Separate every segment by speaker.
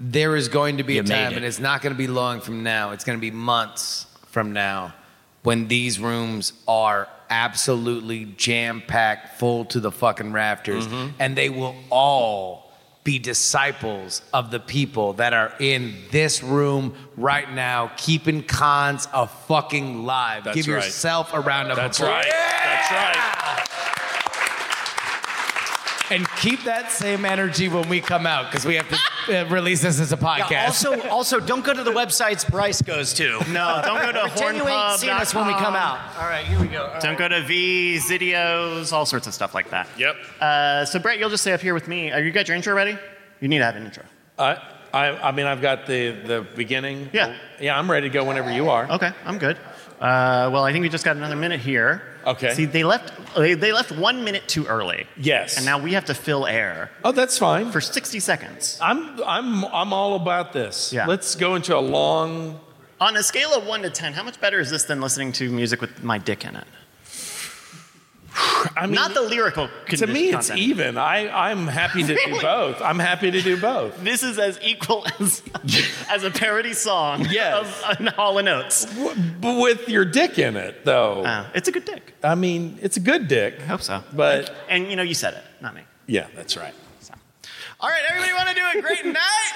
Speaker 1: there is going to be
Speaker 2: You
Speaker 1: a
Speaker 2: made
Speaker 1: time,
Speaker 2: it.
Speaker 1: and it's not going to be long from now. It's going to be months from now when these rooms are absolutely jam packed, full to the fucking rafters,
Speaker 3: Mm-hmm.
Speaker 1: and they will all be disciples of the people that are in this room right now, keeping cons a fucking live.
Speaker 3: That's
Speaker 1: Give
Speaker 3: right.
Speaker 1: yourself a round of
Speaker 3: That's
Speaker 1: applause.
Speaker 3: right. That's right.
Speaker 1: And keep that same energy when we come out because we have to uh, release this as a podcast.
Speaker 2: Yeah, also, also, don't go to the websites Bryce goes to.
Speaker 4: No, don't go to
Speaker 2: Pretend you ain't seen us when we come
Speaker 4: hornpub.com.
Speaker 2: out. All right, here we go.
Speaker 4: Don't go to V, Zidios, all sorts of stuff like that.
Speaker 3: Yep.
Speaker 4: Uh, so, Brett, you'll just stay up here with me. Are you got your intro ready? You need to have an intro.
Speaker 3: I, I, I mean, I've got the, the beginning.
Speaker 4: Yeah.
Speaker 3: Yeah, I'm ready to go whenever you are.
Speaker 4: Okay, I'm good. Uh, well, I think we just got another minute here.
Speaker 3: Okay.
Speaker 4: See, they left they, they left one minute too early,
Speaker 3: Yes.
Speaker 4: and now we have to fill air
Speaker 3: Oh, that's fine.
Speaker 4: for 60 seconds.
Speaker 3: I'm, I'm, I'm all about this.
Speaker 4: Yeah.
Speaker 3: Let's go into a long.
Speaker 4: On a scale of one to ten, how much better is this than listening to music with my dick in it?
Speaker 3: I mean,
Speaker 4: Not the lyrical.
Speaker 3: to me, it's
Speaker 4: content.
Speaker 3: even. I, I'm happy to do
Speaker 4: Really?
Speaker 3: both. I'm happy to do both.
Speaker 4: This is as equal as as a parody song
Speaker 3: Yes.
Speaker 4: of an Hall and Oates.
Speaker 3: W- But with your dick in it, though.
Speaker 4: Uh, it's a good dick.
Speaker 3: I mean, it's a good dick.
Speaker 4: I hope so.
Speaker 3: But
Speaker 4: And you know, you said it, not me.
Speaker 3: yeah, that's right.
Speaker 4: All right, everybody, want to do a great night?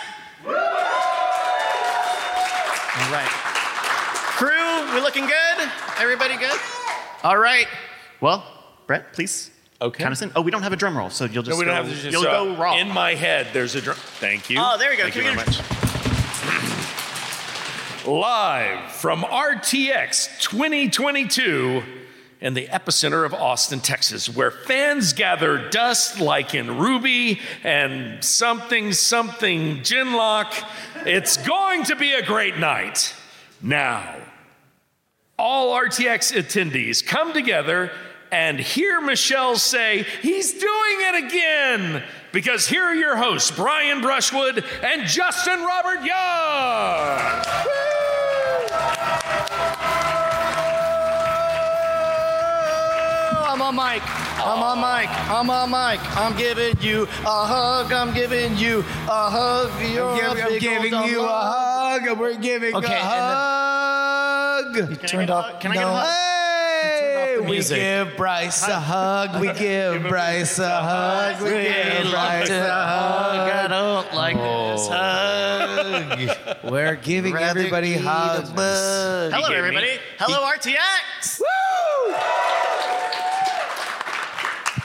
Speaker 4: All right, crew, we looking good? Everybody good? All right. Well, Brett, please.
Speaker 3: Okay.
Speaker 4: Count us in. Oh, we don't have a drum roll, so you'll just
Speaker 3: No, we don't
Speaker 4: go,
Speaker 3: have to just
Speaker 4: you'll
Speaker 3: uh,
Speaker 4: go raw.
Speaker 3: In my head, there's a drum. Thank you.
Speaker 4: Oh, there we go.
Speaker 3: Thank
Speaker 4: Can
Speaker 3: you very
Speaker 4: we
Speaker 3: much. Live from RTX 2022 in the epicenter of Austin, Texas, where fans gather dust like in Ruby and something something Ginlock. It's going to be a great night. Now, all RTX attendees come together and hear Michelle say, He's doing it again! Because here are your hosts, Brian Brushwood and Justin Robert Young!
Speaker 2: Oh, I'm on mic. I'm on mic. I'm on mic. I'm giving you a hug. I'm giving you a hug. You're a
Speaker 1: Give- I'm
Speaker 2: big
Speaker 1: giving
Speaker 2: old
Speaker 1: you a
Speaker 2: hug.
Speaker 1: hug. and We're giving
Speaker 2: Okay,
Speaker 1: a
Speaker 2: and
Speaker 1: hug.
Speaker 2: You turned
Speaker 4: get a
Speaker 2: off.
Speaker 4: hug? Can I get a
Speaker 2: no.
Speaker 4: hug?
Speaker 1: Hey,
Speaker 2: the
Speaker 1: we
Speaker 2: music.
Speaker 1: give Bryce a hug. We give Bryce a hug. We give Bryce a hug. Oh.
Speaker 2: I don't like this hug.
Speaker 1: We're giving
Speaker 2: Rather
Speaker 1: everybody
Speaker 2: eat a
Speaker 1: hugs.
Speaker 4: Hello,
Speaker 2: bug.
Speaker 3: He gave me-
Speaker 4: everybody. Hello, RTX.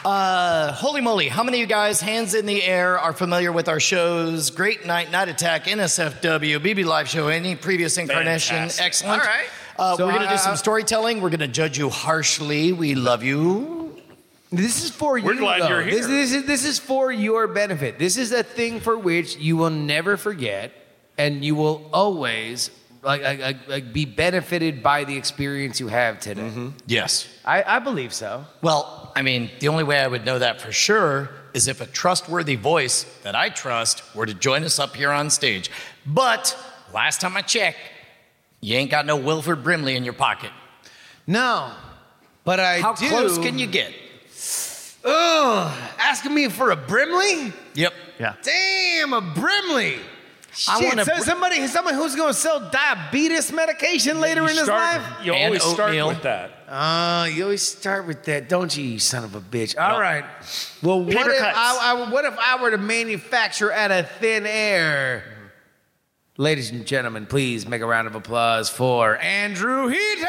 Speaker 2: Uh, holy moly, how many of you guys, hands in the air, are familiar with our shows? Great Night, Night Attack, NSFW, BB Live Show, any previous incarnation?
Speaker 4: Fantastic.
Speaker 2: Excellent.
Speaker 4: All right.
Speaker 2: Uh,
Speaker 1: So
Speaker 2: we're going to
Speaker 1: I-
Speaker 2: do some
Speaker 1: I-
Speaker 2: storytelling. We're going to judge you harshly. We love you.
Speaker 1: This is for you.
Speaker 3: We're glad
Speaker 1: though.
Speaker 3: you're here.
Speaker 1: This, this is, this is for your benefit. This is a thing for which you will never forget, and you will always like, like, like, like be benefited by the experience you have today.
Speaker 2: Yes.
Speaker 1: I, I believe so.
Speaker 2: Well, I mean, the only way I would know that for sure is if a trustworthy voice that I trust were to join us up here on stage. But last time I checked, you ain't got no Wilford Brimley in your pocket.
Speaker 1: No, but I
Speaker 2: How
Speaker 1: do.
Speaker 2: close can you get?
Speaker 1: Ugh, asking me for a Brimley?
Speaker 2: Yep.
Speaker 4: Yeah.
Speaker 1: Damn, a Brimley.
Speaker 2: I
Speaker 1: Shit,
Speaker 2: want a
Speaker 1: so
Speaker 2: Br-
Speaker 1: somebody, someone who's gonna sell diabetes medication later in his
Speaker 3: start,
Speaker 1: life.
Speaker 3: You
Speaker 2: And
Speaker 3: always
Speaker 2: oatmeal.
Speaker 3: start with that.
Speaker 1: Uh, you always start with that, don't you, you son of a bitch? All right. Well, what
Speaker 4: Paper
Speaker 1: if
Speaker 4: cuts.
Speaker 1: I, I- what if I were to manufacture out of thin air? Ladies and gentlemen, please make a round of applause for Andrew Heaton.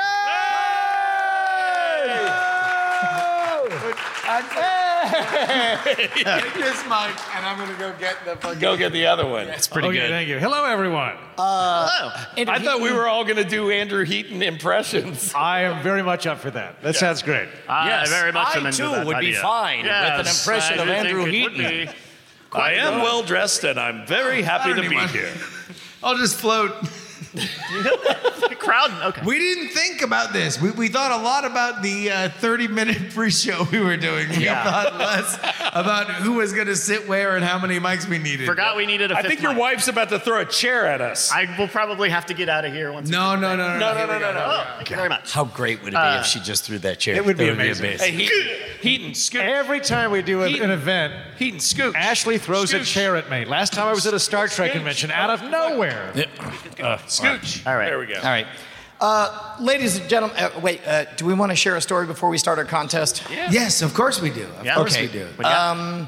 Speaker 1: Take this mic, and I'm gonna go get the fucking.
Speaker 3: Go get the other one.
Speaker 2: That's pretty good.
Speaker 5: Thank you. Hello, everyone.
Speaker 4: Hello.
Speaker 2: Uh, Andrew
Speaker 3: I thought we
Speaker 2: Heaton.
Speaker 3: were all going to do Andrew Heaton impressions.
Speaker 5: I am very much up for that. That sounds great.
Speaker 4: Ah,
Speaker 3: Uh,
Speaker 4: I
Speaker 2: Yes,
Speaker 4: very much
Speaker 2: I
Speaker 4: am into
Speaker 2: too
Speaker 4: that
Speaker 2: would be
Speaker 4: idea.
Speaker 2: fine with an
Speaker 4: Yes,
Speaker 2: impression
Speaker 4: I
Speaker 2: of
Speaker 4: do
Speaker 2: Andrew
Speaker 4: think it would
Speaker 2: Heaton.
Speaker 4: be.
Speaker 3: I am well dressed and I'm very happy to be here.
Speaker 5: I'll just float.
Speaker 4: The crowd. Okay.
Speaker 5: We didn't think about this. We, we thought a lot about the uh, 30 minute pre show we were doing. We thought less about who was going to sit where and how many mics we needed.
Speaker 4: Forgot we needed a
Speaker 3: I
Speaker 4: fifth
Speaker 3: think your
Speaker 4: mic.
Speaker 3: wife's about to throw a chair at us.
Speaker 4: I will probably have to get out of here once.
Speaker 5: No, no, no, no, no.
Speaker 3: no, no, no, no, no.
Speaker 4: Oh, thank you very much.
Speaker 2: How great would it be if she just threw that chair?
Speaker 5: It would
Speaker 2: That
Speaker 5: be amazing.
Speaker 3: Hey, Heaton, Heat and scoot.
Speaker 5: Every time we do an,
Speaker 3: He-
Speaker 5: an event,
Speaker 3: Heat and scoot.
Speaker 5: Ashley throws a
Speaker 3: Scooch.
Speaker 5: chair at me. Last time I was at a Star Trek convention, out of nowhere.
Speaker 3: Scooch.
Speaker 4: All right.
Speaker 3: There we go.
Speaker 2: Uh, All right. Uh, ladies and gentlemen, uh, wait, uh, do we want to share a story before we start our contest?
Speaker 1: Yes, of course we do. Of
Speaker 4: Yeah.
Speaker 1: course
Speaker 2: Okay.
Speaker 1: we do.
Speaker 2: Um,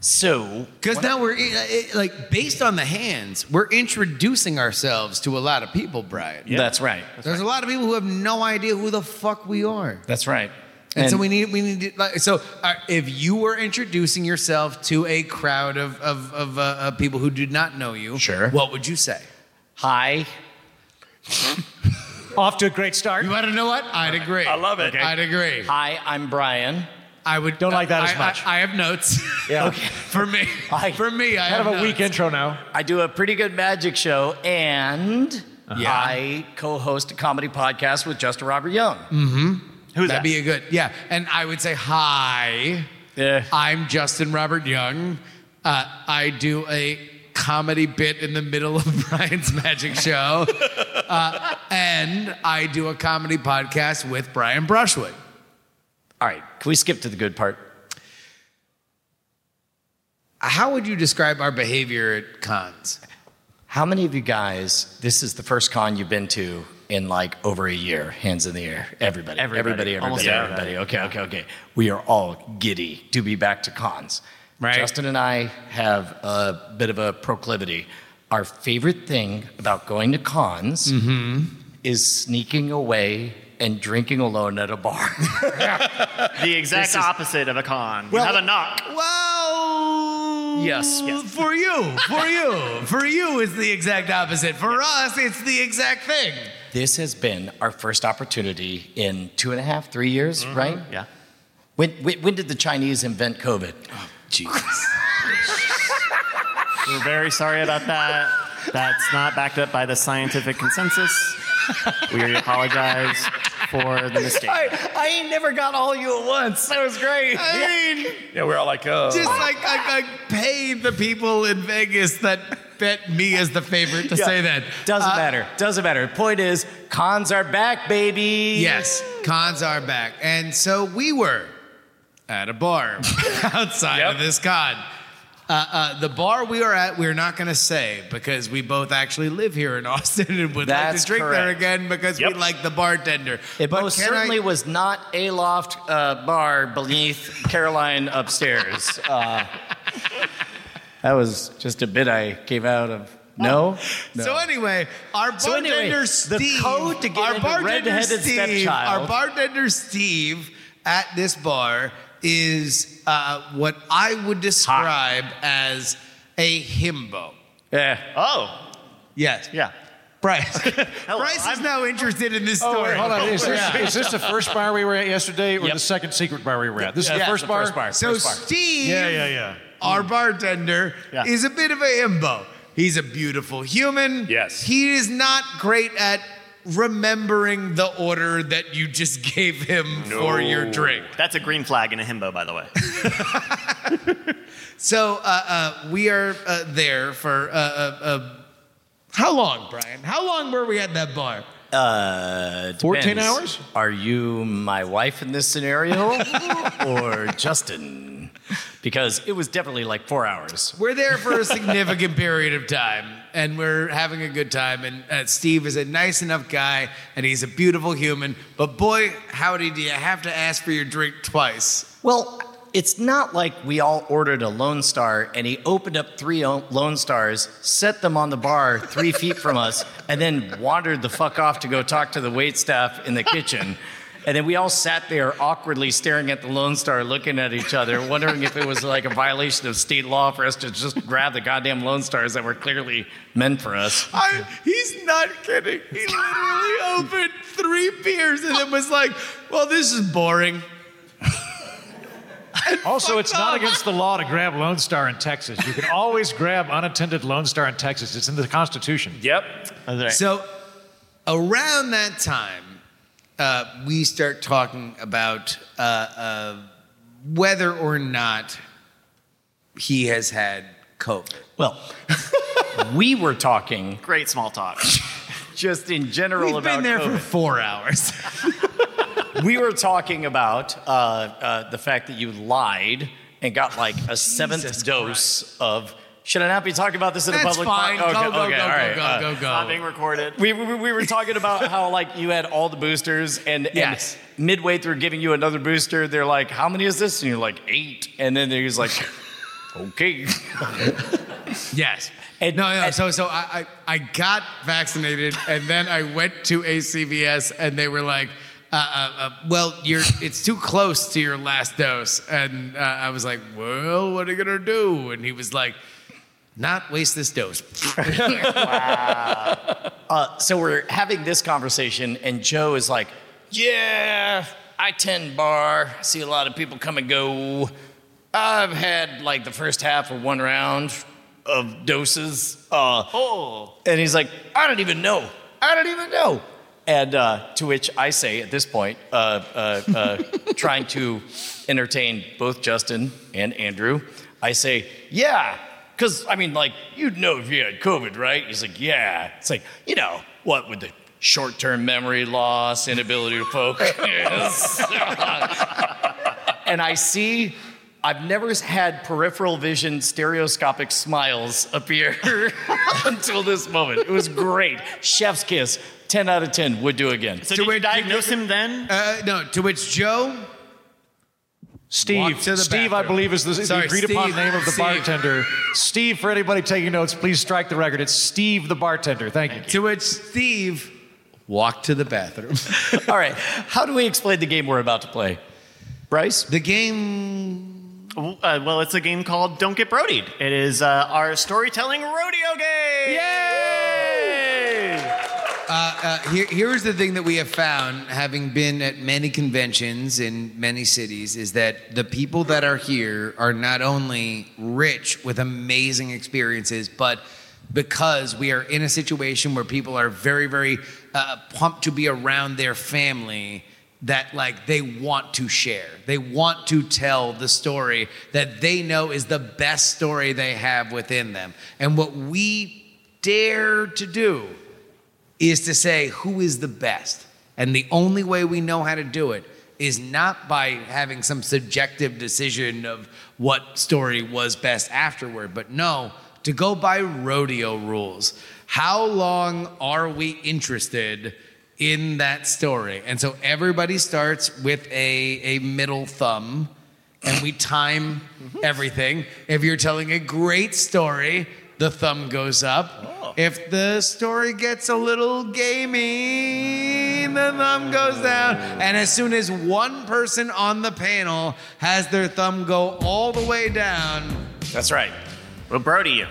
Speaker 2: So,
Speaker 1: Because now we're in- it- like based on the hands, we're introducing ourselves to a lot of people, Brian.
Speaker 2: that's right.
Speaker 1: There's a lot of people who have no idea who the fuck we are.
Speaker 2: That's right.
Speaker 1: And, so we need we need to, like so uh, if you were introducing yourself to a crowd of of, of uh, uh, people who did not know you,
Speaker 2: Sure.
Speaker 1: what would you say?
Speaker 2: Hi.
Speaker 5: Off to a great start.
Speaker 1: You want to know what? I'd agree. I
Speaker 3: love it. Okay.
Speaker 1: I'd agree.
Speaker 2: Hi, I'm Brian.
Speaker 1: I would
Speaker 5: Don't like that
Speaker 1: I-
Speaker 5: as much.
Speaker 1: I, I have notes.
Speaker 5: Yeah.
Speaker 1: For me,
Speaker 2: I-
Speaker 1: for me, I
Speaker 5: Kind
Speaker 1: have
Speaker 5: of a
Speaker 1: notes.
Speaker 5: weak intro now.
Speaker 2: I do a pretty good magic show, and
Speaker 1: Uh-huh.
Speaker 2: I co-host a comedy podcast with Justin Robert Young.
Speaker 1: That'd be a good yeah. And I would say hi.
Speaker 2: Yeah.
Speaker 1: I'm Justin Robert Young. Uh, I do a comedy bit in the middle of Brian's magic show. Uh, and I do a comedy podcast with Brian Brushwood.
Speaker 2: All right, can we skip to the good part?
Speaker 1: How would you describe our behavior at cons?
Speaker 2: How many of you guys? This is the first con you've been to in like over a year. Hands in the air, everybody,
Speaker 4: Everybody.
Speaker 2: everybody, everybody,
Speaker 4: Almost
Speaker 2: everybody. Okay, okay, okay. We are all giddy to be back to cons.
Speaker 1: Right.
Speaker 2: Justin and I have a bit of a proclivity. Our favorite thing about going to cons
Speaker 1: Mm-hmm.
Speaker 2: is sneaking away and drinking alone at a bar.
Speaker 4: The exact opposite of a con. you have a knock.
Speaker 1: Well,
Speaker 2: Yes. Yes.
Speaker 1: For you, for you, for you is the exact opposite. For us, it's the exact thing.
Speaker 2: this has been our first opportunity in two and a half, three years, right?
Speaker 4: Mm-hmm. Yeah.
Speaker 2: When, when, when did the Chinese invent COVID?
Speaker 4: We're very sorry about that. That's not backed up by the scientific consensus. We apologize for the mistake.
Speaker 2: I ain't never got all you at once. That was great.
Speaker 1: I mean,
Speaker 3: Yeah, we're all like, oh.
Speaker 1: Just like I, I pay the people in Vegas that bet me as the favorite to say that.
Speaker 2: Doesn't
Speaker 1: Uh,
Speaker 2: matter. Doesn't matter. Point is, cons are back, baby.
Speaker 1: Yes, cons are back. And so we were at a bar outside
Speaker 3: Yep.
Speaker 1: of this con. Uh, uh, the bar we are at, we're not going to say because we both actually live here in Austin and would like
Speaker 2: That's
Speaker 1: to drink there
Speaker 2: correct.
Speaker 1: again because
Speaker 3: Yep.
Speaker 1: we like the bartender.
Speaker 2: It
Speaker 1: But
Speaker 2: most
Speaker 1: can I-
Speaker 2: certainly was not a loft uh, bar beneath Caroline upstairs. Uh, that was just a bit I gave out of. No? no.
Speaker 1: So anyway, our bartender
Speaker 2: So anyway, the
Speaker 1: Steve,
Speaker 2: code to get
Speaker 1: our
Speaker 2: into
Speaker 1: bartender
Speaker 2: Red-Headed
Speaker 1: Steve,
Speaker 2: Stepchild.
Speaker 1: our bartender Steve at this bar is uh, what I would describe as a himbo.
Speaker 2: yeah.
Speaker 4: Oh,
Speaker 1: Yes,
Speaker 4: yeah.
Speaker 1: Bryce. Bryce is
Speaker 4: I'm-
Speaker 1: now interested in this
Speaker 5: Oh,
Speaker 1: story.
Speaker 5: wait, hold on. Is this,
Speaker 1: Yeah.
Speaker 5: is this the first bar we were at yesterday or
Speaker 2: Yep.
Speaker 5: the second secret bar we were at? This is
Speaker 2: Yeah,
Speaker 5: the first
Speaker 2: the
Speaker 5: bar?
Speaker 2: first bar.
Speaker 1: So Steve,
Speaker 5: Yeah, yeah, yeah.
Speaker 1: our bartender,
Speaker 4: Yeah.
Speaker 1: is a bit of a himbo. He's a beautiful human.
Speaker 3: Yes.
Speaker 1: He is not great at remembering the order that you just gave him for your drink.
Speaker 4: That's a green flag in a himbo, by the way.
Speaker 1: So uh, uh, we are uh, there for uh, uh, uh, how long, Brian? How long were we at that bar?
Speaker 2: Uh,
Speaker 5: 14
Speaker 2: depends.
Speaker 5: hours?
Speaker 2: Are you my wife in this scenario or Justin? Because it was definitely like four hours.
Speaker 1: We're there for a significant period of time, and we're having a good time. And uh, Steve is a nice enough guy, and he's a beautiful human. But boy, howdy, do you have to ask for your drink twice?
Speaker 2: Well, it's not like we all ordered a Lone Star and he opened up three o- Lone Stars, set them on the bar three feet from us, and then wandered the fuck off to go talk to the wait staff in the kitchen. And then we all sat there awkwardly staring at the Lone Star, looking at each other, wondering if it was like a violation of state law for us to just grab the goddamn Lone Stars that were clearly meant for us.
Speaker 1: I, he's not kidding. He literally opened three beers and then was like, "Well, this is boring."
Speaker 5: Also, it's not against the law to grab Lone Star in Texas. You can always grab unattended Lone Star in Texas. It's in the Constitution.
Speaker 3: yep.
Speaker 1: So, around that time, uh, we start talking about uh, uh, whether or not he has had COVID.
Speaker 2: Well, we were talking
Speaker 4: Great small talk.
Speaker 2: just in general
Speaker 1: We've
Speaker 2: about
Speaker 1: been there
Speaker 2: COVID.
Speaker 1: for four hours.
Speaker 2: we were talking about uh, uh, the fact that you lied and got like a seventh dose of. Should I not be talking about this in
Speaker 1: That's
Speaker 2: a public?
Speaker 1: fine.
Speaker 2: Okay,
Speaker 1: go, go,
Speaker 2: okay,
Speaker 1: go,
Speaker 2: all right,
Speaker 1: go,
Speaker 2: uh,
Speaker 1: go, go, go.
Speaker 4: Not being recorded.
Speaker 2: we, we, we were talking about how like you had all the boosters and, and
Speaker 1: Yes.
Speaker 2: midway through giving you another booster they're like how many is this and you're like eight and then he's like okay
Speaker 1: Yes.
Speaker 2: And-
Speaker 1: no, no.
Speaker 2: and-
Speaker 1: so, so I, I, I got vaccinated, and then I went to a CVS, and they were like, uh, uh, uh, "Well, you're it's too close to your last dose," and uh, I was like, "Well, what are you gonna do?" And he was like, "Not waste this dose."
Speaker 2: uh, so we're having this conversation and joe is like yeah i 10 bar I see a lot of people come and go i've had like the first half of one round of doses uh, And he's like, I don't even know. I don't even know. And uh, to which I say at this point, uh, uh, uh, trying to entertain both Justin and Andrew, I say, yeah. Because, I mean, like, you'd know if you had COVID, right? He's like, yeah. It's like, you know, what with the short term memory loss, inability to focus. and I see. I've never had peripheral vision stereoscopic smiles appear until this moment. It was great. Chef's kiss. 10 out of 10. Would do again.
Speaker 4: So did
Speaker 1: wait,
Speaker 4: you
Speaker 1: did-
Speaker 4: diagnose him then?
Speaker 1: Uh, no. To which Joe,
Speaker 5: Steve,
Speaker 1: Walk to the
Speaker 5: Steve, I
Speaker 1: bathroom.
Speaker 5: believe is the, the
Speaker 1: Sorry,
Speaker 5: agreed upon
Speaker 1: Steve,
Speaker 5: name of the
Speaker 1: Steve.
Speaker 5: bartender. Steve, for anybody taking notes, please strike the record. It's Steve the bartender. Thank, you.
Speaker 1: to which Steve walked to the bathroom.
Speaker 2: All right. How do we explain the game we're about to play? Bryce?
Speaker 1: the
Speaker 4: W-
Speaker 1: game.
Speaker 4: Uh, well, it's a game called Don't Get Brodied. It is uh, our storytelling rodeo game. Yay!
Speaker 1: Uh, uh, here, here's the thing that we have found, having been at many conventions in many cities, is that the people that are here are not only rich with amazing experiences, but because we are in a situation where people are very, very uh, pumped to be around their family, that like they want to share. They want to tell the story that they know is the best story they have within them. And what we dare to do is to say who is the best. And the only way we know how to do it is not by having some subjective decision of what story was best afterward, but no, to go by rodeo rules. How long are we interested in that story? And so everybody starts with a, a middle thumb and we time everything. If you're telling a great story, the thumb goes up.
Speaker 4: Oh.
Speaker 1: If the story gets a little gamey, the thumb goes down. And as soon as one person on the panel has their thumb go all the way down,
Speaker 2: That's right.
Speaker 4: We'll Brody you.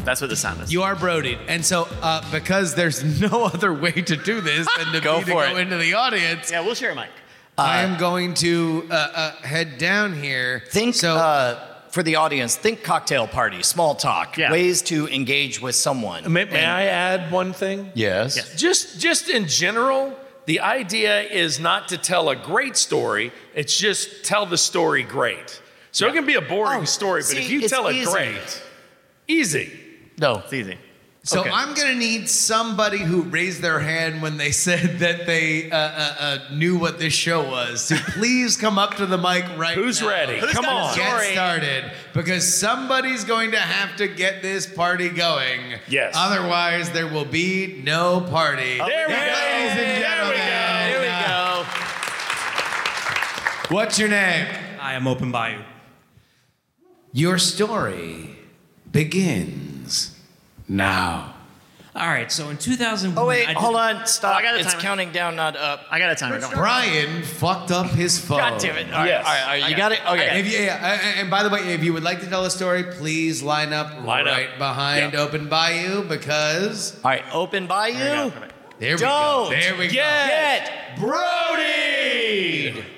Speaker 4: That's what the sound is.
Speaker 1: you are Brody. And so, uh, because there's no other way to do this than to,
Speaker 2: Go
Speaker 1: be to
Speaker 2: for
Speaker 1: go
Speaker 2: it.
Speaker 1: into the audience,
Speaker 4: yeah, we'll share a mic. Uh,
Speaker 1: I am going to uh, uh, head down here.
Speaker 2: Think
Speaker 1: so.
Speaker 2: uh, for the audience, think cocktail party, small talk,
Speaker 4: Yeah.
Speaker 2: ways to engage with someone.
Speaker 3: May, may I add one thing?
Speaker 2: Yes.
Speaker 3: Just, just in general, the idea is not to tell a great story. It's just tell the story great. So it can be a boring
Speaker 2: Oh,
Speaker 3: story, but
Speaker 2: see,
Speaker 3: if you
Speaker 2: it's
Speaker 3: tell it
Speaker 2: easy.
Speaker 3: great, easy.
Speaker 2: No.
Speaker 4: It's easy.
Speaker 1: So
Speaker 2: Okay.
Speaker 1: I'm gonna need somebody who raised their hand when they said that they uh, uh, uh, knew what this show was to please come up to the mic right
Speaker 3: Who's
Speaker 1: now.
Speaker 3: ready? Come
Speaker 4: got
Speaker 3: on.
Speaker 4: the
Speaker 1: Get
Speaker 4: Sorry.
Speaker 1: started because somebody's going to have to get this party going.
Speaker 3: Yes. Oh.
Speaker 1: Otherwise, there will be no party.
Speaker 3: There we go.
Speaker 1: Ladies and
Speaker 3: There we
Speaker 1: gentlemen,
Speaker 3: go. Here we
Speaker 1: uh, What's your name?
Speaker 6: I am open by you.
Speaker 1: Your story begins now.
Speaker 6: All right, so in 2001.
Speaker 2: Oh, wait,
Speaker 6: I did-
Speaker 2: hold on. Stop.
Speaker 4: I got a
Speaker 2: it's
Speaker 4: timer.
Speaker 2: counting down, not up.
Speaker 4: I got a timer. Don't worry.
Speaker 1: Brian fucked up his phone.
Speaker 2: God damn it. All right,
Speaker 3: Yes.
Speaker 2: all right, all right, You got it? Okay.
Speaker 1: If you, yeah, uh, and- and by the way, if you would like to tell a story, please line up
Speaker 3: Line up.
Speaker 1: right behind
Speaker 3: Yeah.
Speaker 1: Open Bayou because
Speaker 2: All right, open by you.
Speaker 1: there
Speaker 2: Don't
Speaker 1: we go. There we
Speaker 2: Get
Speaker 1: go. Brody.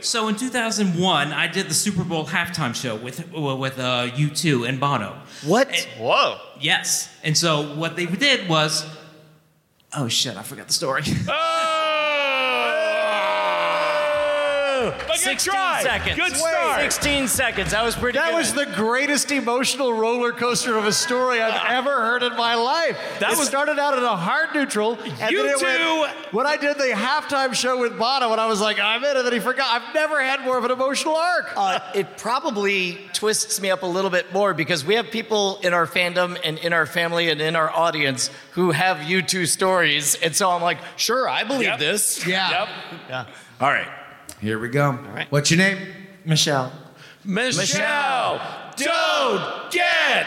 Speaker 6: so in 2001, I did the Super Bowl halftime show with with uh, U2 and Bono.
Speaker 2: what?
Speaker 4: Whoa.
Speaker 6: Yes, and so what they did was,
Speaker 4: Oh!
Speaker 6: oh shit, I forgot the story.
Speaker 3: Oh!
Speaker 7: Woo!
Speaker 3: But good
Speaker 2: 16
Speaker 3: try.
Speaker 2: seconds.
Speaker 3: Good start.
Speaker 7: 16 seconds. That was pretty
Speaker 5: That
Speaker 7: good.
Speaker 5: was the greatest emotional roller coaster of a story I've ever heard in my life.
Speaker 3: That
Speaker 5: it
Speaker 3: was-
Speaker 5: started out at a hard neutral, and
Speaker 3: You
Speaker 5: then it
Speaker 3: two-
Speaker 5: went. When I did the halftime show with Bono, when I was like, I'm in, and then he forgot. I've never had more of an emotional arc.
Speaker 7: Uh,
Speaker 2: It probably twists me up a little bit more because we have people in our fandom and in our family and in our audience who have you two stories. And so I'm like, sure, I believe
Speaker 3: Yep.
Speaker 2: this.
Speaker 3: Yep.
Speaker 2: All right.
Speaker 1: Here we go. What's your name?
Speaker 7: Michelle.
Speaker 3: Michelle, don't get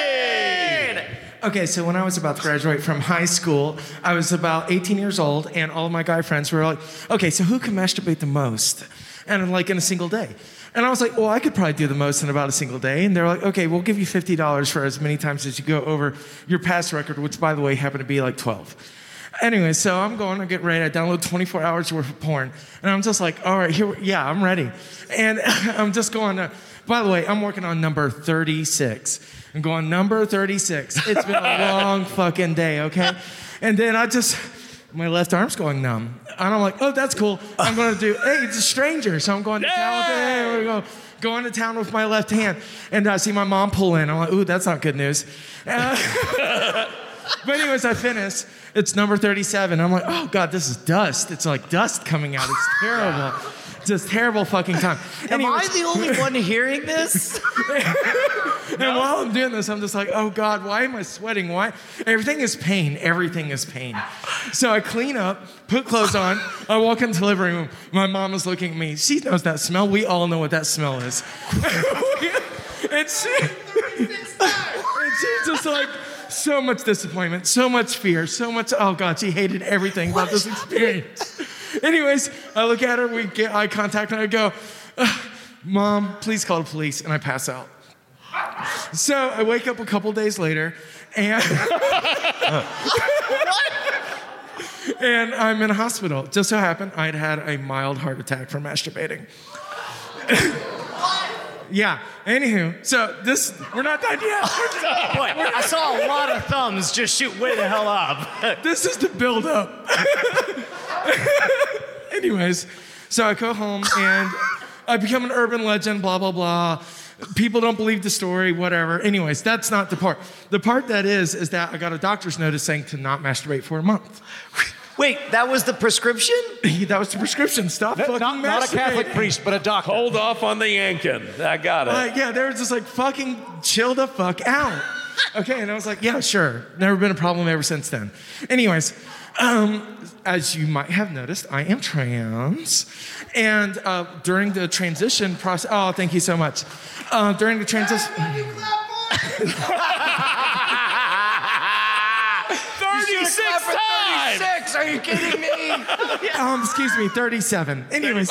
Speaker 3: Brody.
Speaker 8: Okay, so when I was about to graduate from high school, I was about 18 years old, and all my guy friends were like, okay, so who can masturbate the most? And like in a single day. And I was like, well, I could probably do the most in about a single day. And they're like, okay, we'll give you $50 for as many times as you go over your past record, which by the way happened to be like 12. Anyway, so I'm going to get ready. I download 24 hours worth of porn, and I'm just like, all right, here, we- yeah, I'm ready, and I'm just going. To, by the way, I'm working on number 36. I'm going number 36. It's been a long fucking day, okay? And then I just, my left arm's going numb, and I'm like, oh, that's cool. I'm going to do. Hey, it's a stranger, so I'm going to town. with- Hey, here we go. Going to town with my left hand, and I see my mom pull in. I'm like, ooh, that's not good news. Uh, but anyways, I finish. It's number 37. I'm like, oh god, this is dust. It's like dust coming out. It's terrible. Just terrible fucking time.
Speaker 7: Am I
Speaker 8: Anyways,
Speaker 7: the only one hearing this?
Speaker 8: and while I'm doing this, I'm just like, oh God, why am I sweating? Why? Everything is pain. Everything is pain. So I clean up, put clothes on, I walk into the living room. My mom is looking at me. She knows that smell. We all know what that smell is. and she, and she's just like, so much disappointment, so much fear, so much, oh God, she hated everything about this experience. Anyways, I look at her, we get eye contact, and I go, "Ugh, Mom, please call the police, and I pass out. So I wake up a couple days later, and and I'm in a hospital. Just so happened I'd had a mild heart attack from masturbating. yeah. Anywho, so this we're not done yet.
Speaker 7: Boy, I saw a lot of thumbs just shoot way the hell up.
Speaker 8: this is the build up. Anyways, so I go home and I become an urban legend, blah, blah, blah. People don't believe the story, whatever. Anyways, that's not the part. The part that is, is that I got a doctor's notice saying to not masturbate for a month.
Speaker 7: Wait, that was the prescription?
Speaker 8: that was the prescription. Stop fucking
Speaker 5: Not, not a
Speaker 8: masturbating.
Speaker 5: Catholic priest, but a doctor.
Speaker 3: Hold off on the yanking. I got it.
Speaker 8: Like, yeah, they were just like, fucking chill the fuck out. Okay, and I was like, yeah, sure. Never been a problem ever since then. Anyways, um, as you might have noticed, I am trans. And uh, during the transition process, oh, thank you so much. Uh, during the transition.
Speaker 3: 36 times.
Speaker 7: Are you kidding me?
Speaker 8: um, excuse me, 37. Anyways.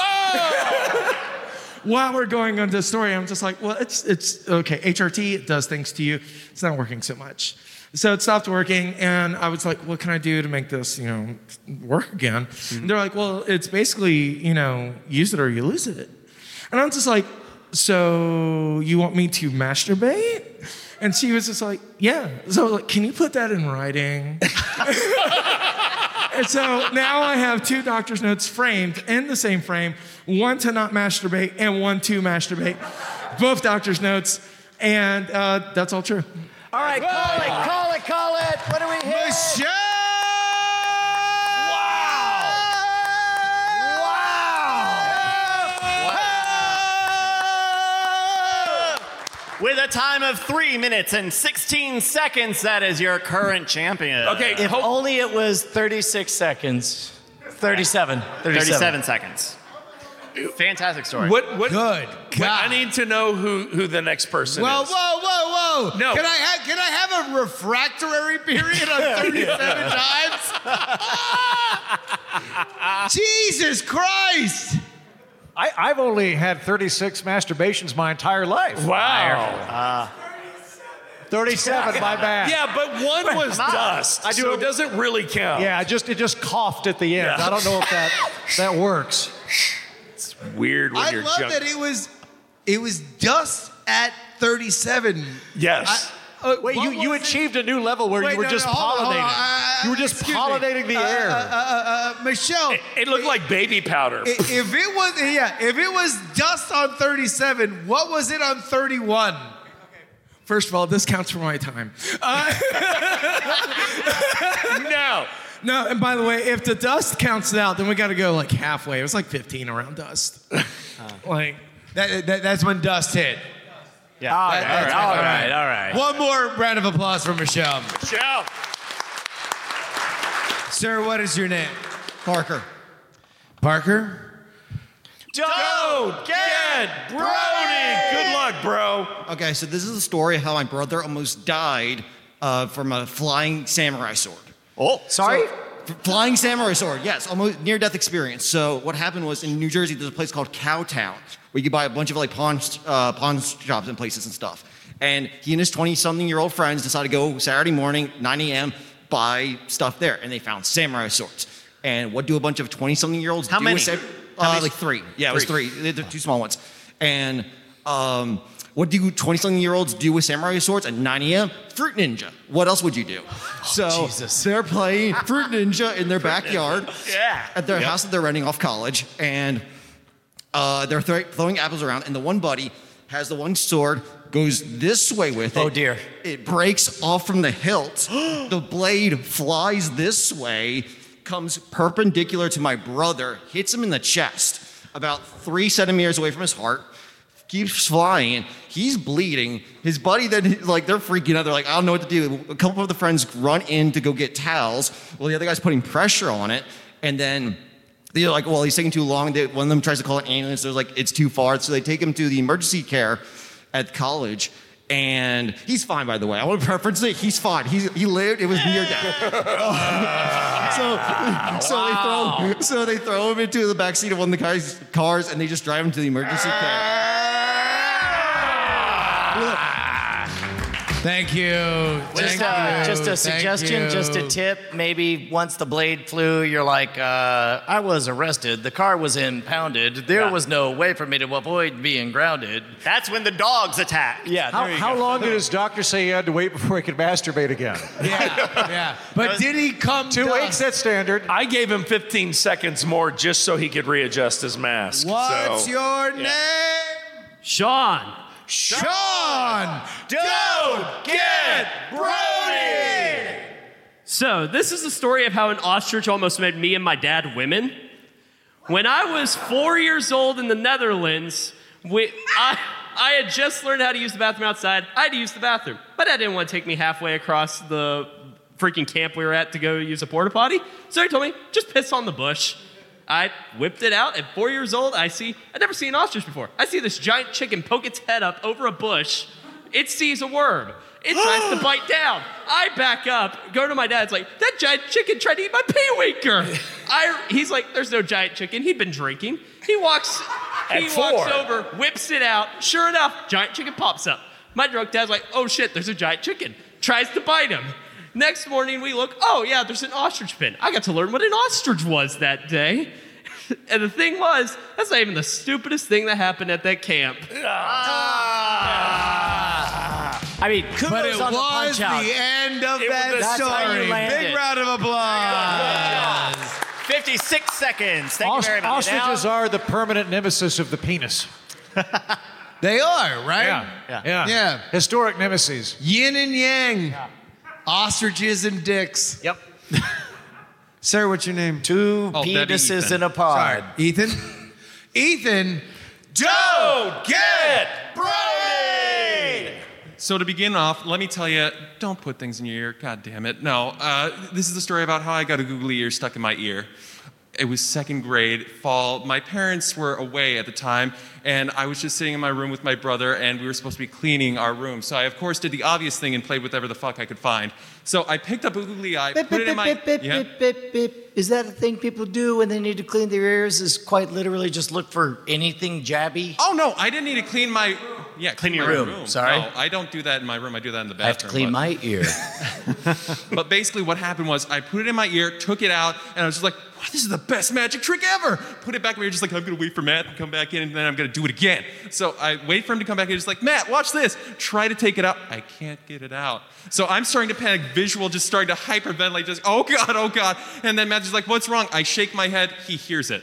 Speaker 8: While we're going on this story, I'm just like, well, it's it's okay. HRT it does things to you. It's not working so much, so it stopped working, and I was like, what can I do to make this, you know, work again? And they're like, well, it's basically, you know, use it or you lose it. And I'm just like, so you want me to masturbate? And she was just like, yeah. So I was like, can you put that in writing? And so now I have two doctor's notes framed in the same frame one to not masturbate and one to masturbate. Both doctor's notes. And uh, that's all true.
Speaker 7: All right, call it, call it, call it. What are we hearing?
Speaker 4: With a time of three minutes and 16 seconds, that is your current champion.
Speaker 3: Okay,
Speaker 2: If
Speaker 3: hope-
Speaker 2: only it was 36 seconds. 37. 37.
Speaker 4: 37 seconds. Fantastic story.
Speaker 3: what what
Speaker 1: Good
Speaker 3: what- I need to know who who the next person
Speaker 1: Well,
Speaker 3: is.
Speaker 1: whoa, whoa, whoa!
Speaker 3: No.
Speaker 1: Can I have can I have a refractory period on 37 times?
Speaker 3: Ah.
Speaker 1: Jesus Christ!
Speaker 5: I, I've only had 36 masturbations my entire life.
Speaker 3: Wow.
Speaker 5: 37, my bad.
Speaker 3: Yeah, but one was dust. I do. So it doesn't really count.
Speaker 5: Yeah, I just it just coughed at the end.
Speaker 3: Yeah.
Speaker 5: I don't know if that that works.
Speaker 3: Weird when
Speaker 1: I
Speaker 3: you're
Speaker 1: love
Speaker 3: junk-
Speaker 1: that it was it was dust at 37.
Speaker 3: Yes.
Speaker 1: I- uh, what
Speaker 7: Wait, you, you
Speaker 1: was it?
Speaker 7: achieved a new level where
Speaker 1: Wait,
Speaker 7: you were
Speaker 1: no,
Speaker 7: just
Speaker 1: no, hold on, hold
Speaker 7: pollinating.
Speaker 1: on. Uh,
Speaker 7: you were just
Speaker 1: excuse me.
Speaker 7: pollinating the
Speaker 1: Uh,
Speaker 7: air.
Speaker 1: Uh, uh, uh, uh, Michelle, i-
Speaker 3: It looked like baby powder.
Speaker 1: if it was yeah, if it was dust on 37, what was it on 31?
Speaker 8: First of all, this counts for my time.
Speaker 3: no.
Speaker 8: No, and by the way, if the dust counts it out, then we got to go like halfway. It was like 15 around dust.
Speaker 2: Uh,
Speaker 8: like,
Speaker 1: That, that, that's when dust hit.
Speaker 7: yeah. All right,
Speaker 1: That- that's
Speaker 7: all
Speaker 1: when-
Speaker 7: right, all right.
Speaker 1: One more round of applause for Michelle.
Speaker 3: Michelle.
Speaker 1: Sir, what is your name? Parker. Parker?
Speaker 3: Don't get Brody. Good luck, bro.
Speaker 9: Okay, so this is the story of how my brother almost died uh, from a flying samurai sword.
Speaker 7: Oh, sorry.
Speaker 9: F- Flying samurai sword, yes, almost near death experience. So what happened was in New Jersey, there's a place called Cowtown where you could buy a bunch of like pawn uh, pawn shops and places and stuff. And he and his 20-something year old friends decided to go Saturday morning, 9 a.m., buy stuff there, and they found samurai swords. And what do a bunch of 20-something year olds
Speaker 7: How
Speaker 9: do?
Speaker 7: many?
Speaker 9: with sam-
Speaker 7: How
Speaker 9: uh,
Speaker 7: many?
Speaker 9: Like three. Yeah, it was three. They- They're two small ones. And um, what do 20 something year olds do with samurai swords at 9 a.m.? Fruit Ninja. What else would you do? So they're playing Fruit Ninja in their backyard
Speaker 3: Yeah.
Speaker 9: at their house that they're renting off college. And uh, they're thro- throwing apples around. And the one buddy has the one sword, goes this way with it.
Speaker 2: Oh, dear.
Speaker 9: It breaks off from the hilt. the blade flies this way, comes perpendicular to my brother, hits him in the chest, about three centimeters away from his heart. Keeps flying. He's bleeding. His buddy then like they're freaking out. They're like, I don't know what to do. A couple of the friends run in to go get towels. Well, the other guy's putting pressure on it, and then they're like, well, he's taking too long. They, one of them tries to call an ambulance. They're like, it's too far. So they take him to the emergency care at college. And he's fine, by the way. I want to preference it. He's fine. He's, he lived. It was near death. so, so, they throw, so they throw him into the backseat of one of the guys' cars and they just drive him to the emergency care.
Speaker 1: Thank you.
Speaker 2: Just
Speaker 1: Thank
Speaker 2: a,
Speaker 1: you.
Speaker 2: just a
Speaker 1: Thank
Speaker 2: suggestion,
Speaker 1: you.
Speaker 2: just a tip. Maybe once the blade flew, you're like, uh, I was arrested. The car was impounded. There
Speaker 7: Yeah.
Speaker 2: was no way for me to avoid being grounded.
Speaker 7: That's when the dogs attack.
Speaker 2: Yeah,
Speaker 5: How, how long did his doctor say he had to wait before he could masturbate again?
Speaker 1: Yeah, yeah. But did he come
Speaker 5: Two
Speaker 1: to
Speaker 5: weeks, that's standard.
Speaker 3: I gave him 15 seconds more just so he could readjust his mask.
Speaker 1: What's
Speaker 3: so.
Speaker 1: your name?
Speaker 7: Sean.
Speaker 1: Sean.
Speaker 3: Don't get Brody!
Speaker 7: So, this is the story of how an ostrich almost made me and my dad women. When I was four years old in the Netherlands, we, I, I had just learned how to use the bathroom outside. I had to use the bathroom, but I didn't want to take me halfway across the freaking camp we were at to go use a porta potty. So he told me, just piss on the bush. I whipped it out. At four years old, I see, I'd never seen an ostrich before. I see this giant chicken poke its head up over a bush. It sees a worm. It tries to bite down. I back up, go to my dad's like, that giant chicken tried to eat my pee winker. I, he's like, there's no giant chicken. He'd been drinking. He walks, he
Speaker 3: At
Speaker 7: walks
Speaker 3: four.
Speaker 7: over, whips it out. Sure enough, giant chicken pops up. My drunk dad's like, oh shit, there's a giant chicken. Tries to bite him. Next morning we look, oh yeah, there's an ostrich pen. I got to learn what an ostrich was that day. and the thing was, that's not even the stupidest thing that happened at that camp.
Speaker 3: Ah.
Speaker 10: I mean, kudos
Speaker 1: But it
Speaker 10: on the
Speaker 1: was
Speaker 10: punch
Speaker 1: the
Speaker 10: out.
Speaker 1: end of
Speaker 3: It was
Speaker 1: that
Speaker 3: the-
Speaker 10: That's how you
Speaker 1: story.
Speaker 10: landed.
Speaker 1: Big round of applause.
Speaker 10: 56 seconds. Thank
Speaker 5: Os-
Speaker 10: you very much.
Speaker 5: ostriches are the permanent nemesis of the penis.
Speaker 1: They are, right?
Speaker 5: Yeah.
Speaker 10: Yeah.
Speaker 5: Yeah.
Speaker 1: Yeah.
Speaker 5: Historic nemesis.
Speaker 1: Yin and yang. Ostriches and dicks.
Speaker 10: Yep.
Speaker 1: Sir, what's your name?
Speaker 2: Two
Speaker 1: Oh, that'd be
Speaker 2: penises
Speaker 1: Ethan.
Speaker 2: in a pod.
Speaker 1: Sorry. Ethan? Ethan, don't get Brody!
Speaker 11: So to begin off, let me tell you, don't put things in your ear. God damn it. No, uh, this is the story about how I got a googly ear stuck in my ear. It was second grade, fall. My parents were away at the time, and I was just sitting in my room with my brother, and we were supposed to be cleaning our room. So I, of course, did the obvious thing and played whatever the fuck I could find. So I picked up a googly eye, put it in my. Yeah.
Speaker 2: Is that a thing people do when they need to clean their ears? Is quite literally just look for anything jabby?
Speaker 11: Oh no, I didn't need to clean my. Yeah, clean
Speaker 2: Clean
Speaker 11: your
Speaker 2: my
Speaker 11: room.
Speaker 2: room. Sorry.
Speaker 11: No, I don't do that in my room. I do that in the bathroom.
Speaker 2: I have to clean
Speaker 11: but-
Speaker 2: my ear.
Speaker 11: but basically, what happened was I put it in my ear, took it out, and I was just like, wow, this is the best magic trick ever. Put it back in my ear, just like, I'm going to wait for Matt to come back in, and then I'm going to do it again. So I wait for him to come back in, just like, Matt, watch this. Try to take it out. I can't get it out. So I'm starting to panic, visual, just starting to hyperventilate, just, oh God, oh God. And then Matt's just like, what's wrong? I shake my head. He hears it.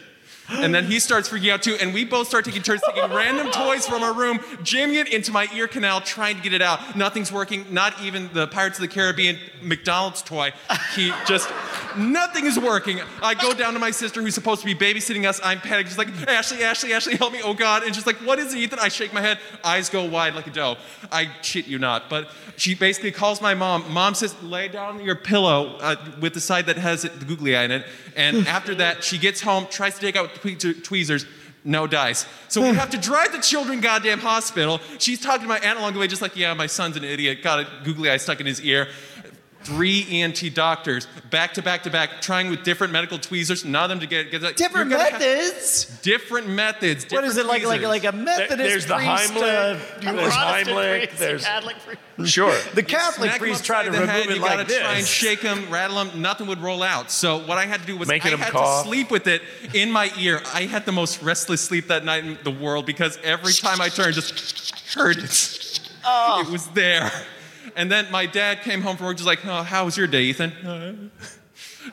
Speaker 11: And then he starts freaking out too, and we both start taking turns taking random toys from our room, jamming it into my ear canal, trying to get it out. Nothing's working, not even the Pirates of the Caribbean McDonald's toy. He just, nothing is working. I go down to my sister who's supposed to be babysitting us. I'm panicked, just like, Ashley, Ashley, Ashley, help me, oh God. And she's like, what is it, Ethan? I shake my head, eyes go wide like a doe. I shit you not. But she basically calls my mom. Mom says, lay down your pillow uh, with the side that has it, the googly eye in it. And after that, she gets home, tries to take out twe- tw- tweezers, no dice. So we have to drive the children goddamn hospital. She's talking to my aunt along the way, just like, yeah, my son's an idiot, got a googly eye stuck in his ear. Three ENT doctors, back to back to back, trying with different medical tweezers, none of them to get, get
Speaker 4: Different
Speaker 11: you're gonna have-
Speaker 4: methods?
Speaker 11: different methods.
Speaker 4: What is
Speaker 11: different
Speaker 4: it like- like-
Speaker 11: tweezers.
Speaker 4: like a Methodist
Speaker 3: there's the
Speaker 4: priest,
Speaker 3: Heimlich,
Speaker 4: uh,
Speaker 3: there's
Speaker 4: Protestant
Speaker 3: Heimlich,
Speaker 4: priest,
Speaker 3: there's-
Speaker 4: Catholic priest.
Speaker 3: Sure.
Speaker 4: The Catholic
Speaker 11: Smack 'em
Speaker 4: priest
Speaker 11: upside
Speaker 4: tried to
Speaker 11: the
Speaker 4: remove
Speaker 11: head,
Speaker 4: it
Speaker 11: you
Speaker 4: like
Speaker 11: gotta try and
Speaker 4: this.
Speaker 11: shake him, rattle him. Nothing would roll out. So what I had to do was
Speaker 3: Making
Speaker 11: I
Speaker 3: 'em
Speaker 11: had
Speaker 3: cough.
Speaker 11: to sleep with it in my ear. I had the most restless sleep that night in the world because every time I turned, just heard it.
Speaker 4: Oh.
Speaker 11: It was there. And then my dad came home from work, just like, oh, "How was your day, Ethan?"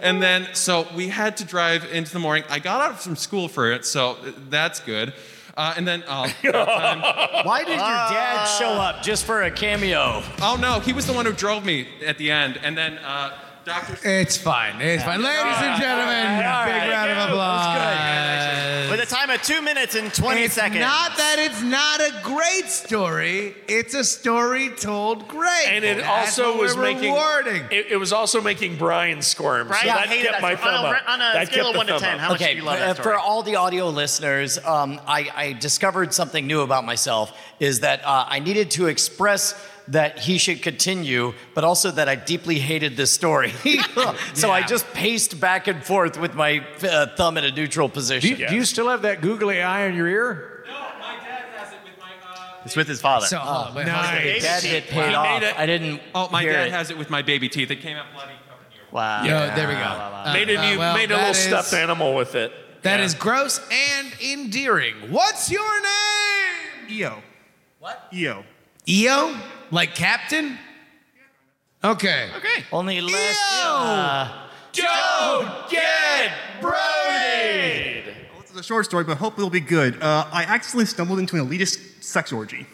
Speaker 11: And then, so we had to drive into the morning. I got out of from school for it, so that's good. Uh, and then, uh,
Speaker 3: Oh,
Speaker 4: Why
Speaker 11: did your dad
Speaker 4: show
Speaker 11: up just for a cameo? Ah. Oh no, he was the one who drove me at the end. And then, uh, Doctor.
Speaker 1: It's fine. It's fine. Ladies and gentlemen, big round of
Speaker 11: Uh,
Speaker 1: applause.
Speaker 4: With a time of two minutes and 20
Speaker 1: it's
Speaker 4: seconds.
Speaker 1: Not that it's not a great story. It's a story told great.
Speaker 3: And it
Speaker 1: That's
Speaker 3: also
Speaker 1: what
Speaker 3: was
Speaker 1: we're
Speaker 3: making
Speaker 1: rewarding.
Speaker 3: It, it was also making Brian squirm. so that kept my thumb up. That kept the thumb up.
Speaker 2: okay, uh, For all the audio listeners, um, I, I discovered something new about myself is that uh, I needed to express that he should continue, but also that I deeply hated this story. so I just paced back and forth with my uh, thumb in a neutral
Speaker 5: Do you,
Speaker 2: position.
Speaker 5: do you still have that googly eye in your ear?
Speaker 2: It's with his father.
Speaker 5: So,
Speaker 1: uh,
Speaker 5: oh, wait,
Speaker 2: nice. Dad did
Speaker 11: He
Speaker 2: paid
Speaker 11: made
Speaker 2: off.
Speaker 11: it-
Speaker 2: I didn't.
Speaker 11: Oh, my
Speaker 2: hear
Speaker 11: dad
Speaker 2: it.
Speaker 11: has it with my baby teeth. It came out bloody.
Speaker 2: Wow.
Speaker 1: Yeah. there we go. Uh,
Speaker 3: made a
Speaker 1: uh,
Speaker 3: new,
Speaker 1: well,
Speaker 3: made a
Speaker 1: that
Speaker 3: little
Speaker 1: is-
Speaker 3: stuffed animal with it.
Speaker 1: That is gross and endearing. What's your name? E Eo. What? Eo. Eo? E Like captain? Okay. E
Speaker 4: Okay.
Speaker 2: Only less.
Speaker 3: Don't get Brody!
Speaker 12: This is a short story, but hope it'll be good. Uh, I accidentally stumbled into an elitist sex orgy.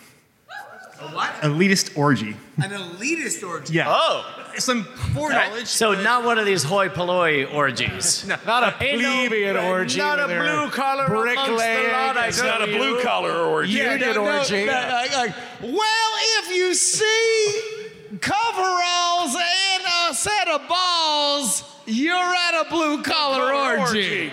Speaker 1: A what?
Speaker 12: Elitist orgy.
Speaker 1: An elitist orgy.
Speaker 12: Yeah.
Speaker 2: Oh.
Speaker 12: Some foreknowledge.
Speaker 2: So not one of these hoi polloi orgies.
Speaker 5: Not a plebeian orgy.
Speaker 2: Not a
Speaker 5: where they're
Speaker 2: blue collar
Speaker 5: bricklaying.
Speaker 2: It's not a blue collar
Speaker 5: orgy.
Speaker 2: Yeah,
Speaker 5: Union
Speaker 2: no, no,
Speaker 5: orgy.
Speaker 2: no, no.
Speaker 5: Yeah.
Speaker 4: Well, if you see coveralls and a set of balls, you're at a blue collar orgy.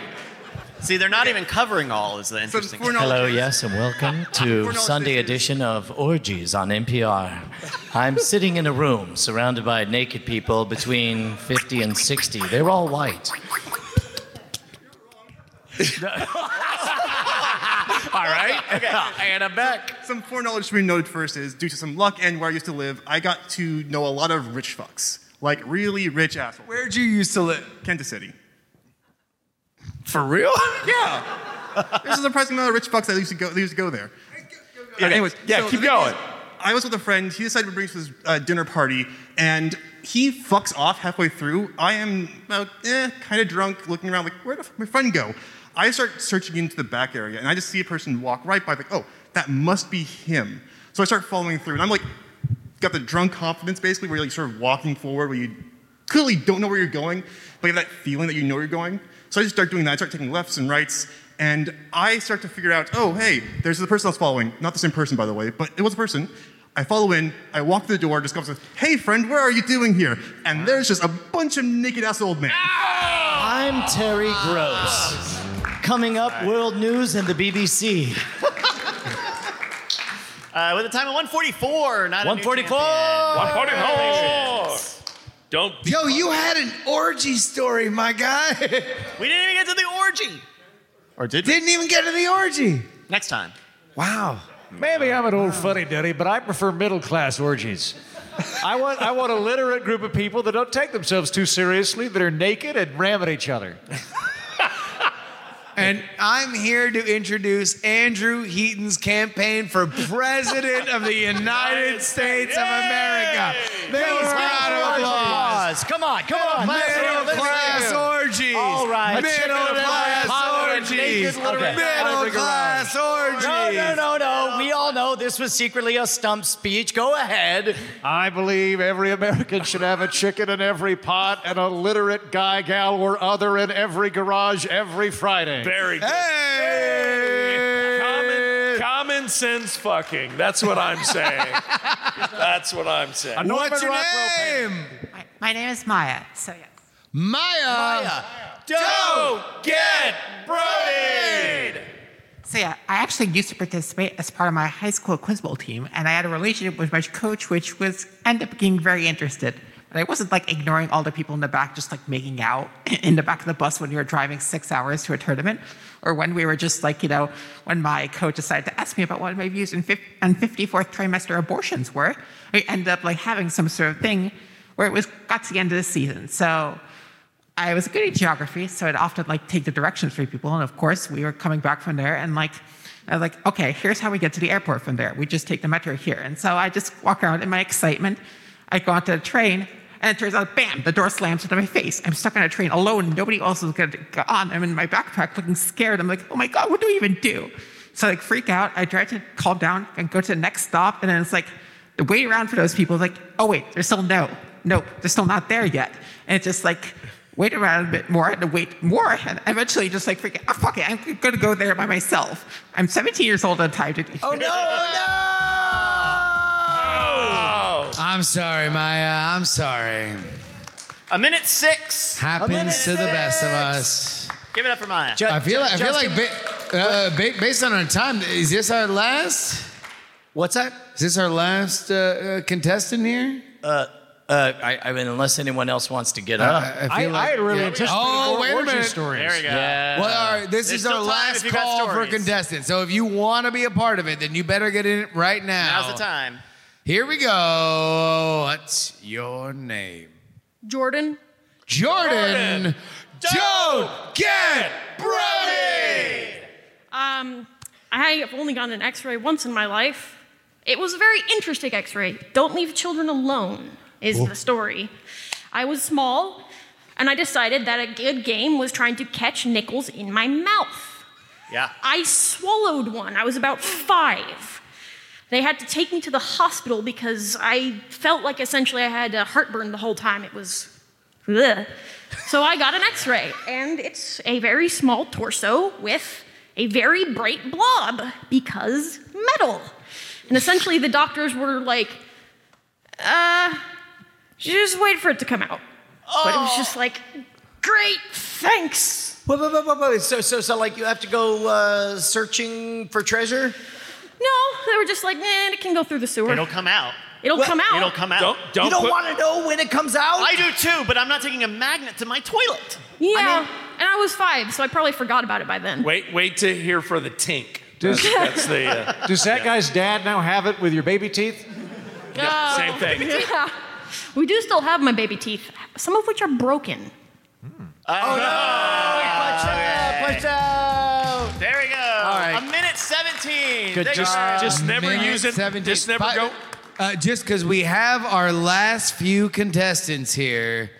Speaker 13: See, they're not even covering all. Is the interesting. thing.
Speaker 2: Hello, yes, and welcome to Sunday edition of Orgies on NPR. I'm sitting in a room surrounded by naked people between 50 and 60. They're all white.
Speaker 12: All
Speaker 2: right.
Speaker 12: and I'm back. Some foreknowledge to be noted first is due to some luck and where I used to live, I got to know a lot of rich fucks. Like really rich assholes. Where'd you used to live? Kansas City. For real? yeah. There's a surprising amount of rich fucks that used to go, they used to go there. Yeah, anyways,
Speaker 3: Yeah,
Speaker 12: so the
Speaker 3: keep
Speaker 12: thing
Speaker 3: going.
Speaker 12: is, I was with a friend. He decided to bring us to his uh, dinner party, and he fucks off halfway through. I am uh, eh, kind of drunk, looking around like, where the fuck did my friend go? I start searching into the back area, and I just see a person walk right by. Like, oh, that must be him. So I start following through, and I'm like, got the drunk confidence basically, where you're like sort of walking forward, where you clearly don't know where you're going, but you have that feeling that you know where you're going. So I just start doing that. I start taking lefts and rights, and I start to figure out, oh, hey, there's the person I was following. Not the same person, by the way, but it was a person. I follow in, I walk through the door, just comes with, hey, friend, where are you doing here? And there's just a bunch of naked ass old men.
Speaker 2: I'm Terry Gross. Coming up, world news and the BBC.
Speaker 13: Uh, with a time of 144, not
Speaker 2: 144.
Speaker 3: Don't.
Speaker 1: Yo, you had an orgy story, my guy.
Speaker 13: we didn't even get to the orgy.
Speaker 1: Or did? Didn't even get to the orgy.
Speaker 13: Next time.
Speaker 1: Wow.
Speaker 5: Maybe I'm an old fuddy duddy, but I prefer middle class orgies. I want, I want a literate group of people that don't take themselves too seriously, that are naked and ram at each other.
Speaker 1: And I'm here to introduce Andrew Heaton's campaign for President of the United States of America. Big round of applause.
Speaker 2: Come on, come on.
Speaker 1: Middle class orgies. All right. Middle class orgies. Middle class orgies.
Speaker 2: No, no, no, no. We all know this was secretly a stump speech. Go ahead.
Speaker 5: I believe every American should have a chicken in every pot and a literate guy, gal, or other in every garage every Friday.
Speaker 3: Very good. Common, common sense fucking. That's what I'm saying. That's what I'm saying.
Speaker 1: What's your name?
Speaker 13: My name is Maya. So yeah.
Speaker 1: Maya. Maya.
Speaker 3: Don't get bullied.
Speaker 13: So yeah, I actually used to participate as part of my high school quiz bowl team, and I had a relationship with my coach, which was ended up being very interested. And I wasn't like ignoring all the people in the back, just like making out in the back of the bus when we were driving six hours to a tournament, or when we were just like, you know, when my coach decided to ask me about what my views on, fif- on 54th trimester abortions were. I ended up like having some sort of thing where it was got to the end of the season. So I was good at geography, so I'd often like take the directions for people. And of course, we were coming back from there, and like I was like, okay, here's how we get to the airport from there. We just take the metro here. And so I just walk around in my excitement. I go onto the train, and it turns out, bam, the door slams into my face. I'm stuck on a train alone. Nobody else is going to go on. I'm in my backpack, looking scared. I'm like, oh my god, what do we even do? So I like freak out. I try to calm down and go to the next stop, and then it's like the wait around for those people. is Like, oh wait, they're still no, nope, they're still not there yet. And it's just like wait around a bit more and wait more and eventually just like freaking oh, fuck it i'm going to go there by myself i'm 17 years old at the time oh no
Speaker 1: I'm sorry, Maya. I'm sorry.
Speaker 14: A minute six.
Speaker 1: Happens
Speaker 14: A minute
Speaker 1: to the best of us.
Speaker 14: Give it up for Maya.
Speaker 1: I feel like, I feel like ba- uh, ba- based on our time, is this our last?
Speaker 2: What's that?
Speaker 1: Is this our last uh, uh, contestant here?
Speaker 2: Uh, uh, I, I mean, unless anyone else wants to get
Speaker 1: Uh,
Speaker 2: up.
Speaker 1: I- I feel I- like- I had really anticipated
Speaker 2: oh,
Speaker 1: more
Speaker 2: wait a
Speaker 1: origin
Speaker 2: minute.
Speaker 1: stories.
Speaker 2: There we go. Yeah.
Speaker 1: Well, all right, this
Speaker 14: There's
Speaker 1: is our
Speaker 14: still time
Speaker 1: last
Speaker 14: if you got
Speaker 1: call for
Speaker 14: stories.
Speaker 1: contestants. So if you want to be a part of it, then you better get in it right now.
Speaker 14: Now's the time.
Speaker 1: Here we go. What's your name?
Speaker 15: Jordan.
Speaker 1: Jordan. Don't get
Speaker 15: Um, I have only gotten an X-ray once in my life. It was a very interesting X-ray. Don't leave children alone is
Speaker 16: Oh.
Speaker 15: the story. I was small, and I decided that a good game was trying to catch nickels in my mouth.
Speaker 14: Yeah.
Speaker 15: I swallowed one. I was about five. They had to take me to the hospital because I felt like essentially I had uh, heartburn the whole time. It was. Ugh. So I got an x ray, and it's a very small torso with a very bright blob because metal. And essentially the doctors were like, uh, just wait for it to come out. But it was just like, great, thanks.
Speaker 2: Whoa, whoa, whoa, whoa, whoa. So, so, so, like, you have to go uh, searching for treasure?
Speaker 15: No, they were just like, man, it can go through the sewer.
Speaker 14: It'll come out.
Speaker 15: It'll
Speaker 14: Well,
Speaker 15: come out.
Speaker 14: It'll come out.
Speaker 2: you don't want to know when it comes out?
Speaker 14: I do too, but I'm not taking a magnet to my toilet.
Speaker 15: Yeah, and I was five, so I probably forgot about it by then.
Speaker 3: Wait, wait to hear for the tink.
Speaker 5: Does-
Speaker 3: that's the uh,
Speaker 5: Does that guy's dad now have it with your baby teeth?
Speaker 15: Oh.
Speaker 3: same thing.
Speaker 15: Yeah. We do still have my baby teeth, some of which are broken.
Speaker 14: Oh,
Speaker 2: Punch out!
Speaker 14: There we go.
Speaker 1: right.
Speaker 14: A minute 17.
Speaker 1: Good
Speaker 14: Thank you,
Speaker 1: job.
Speaker 14: Maya.
Speaker 1: Just never Minute use it. 17. Just never But- go- Uh, just because we have our last few contestants here,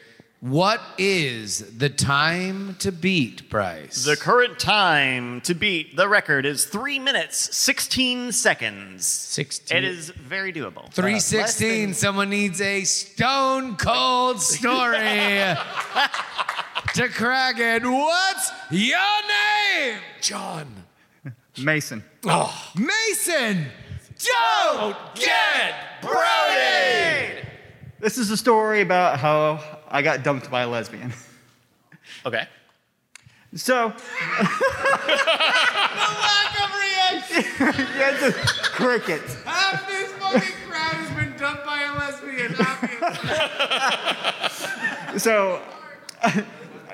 Speaker 1: what is the time to beat, Bryce?
Speaker 14: The current time to beat the record is 3 minutes 16 seconds. 16. It is very doable. Uh,
Speaker 1: Three sixteen. Someone needs a stone cold story to crack it. What's your name? John
Speaker 17: Mason.
Speaker 2: Ah.
Speaker 1: Oh. Mason. Don't
Speaker 3: get
Speaker 17: Brody. This is a story about how I got dumped by a lesbian.
Speaker 14: Okay.
Speaker 17: So,
Speaker 10: The lack of reaction.
Speaker 17: yeah, just crickets.
Speaker 10: Half this fucking crowd has been dumped by a lesbian. obviously.
Speaker 17: So,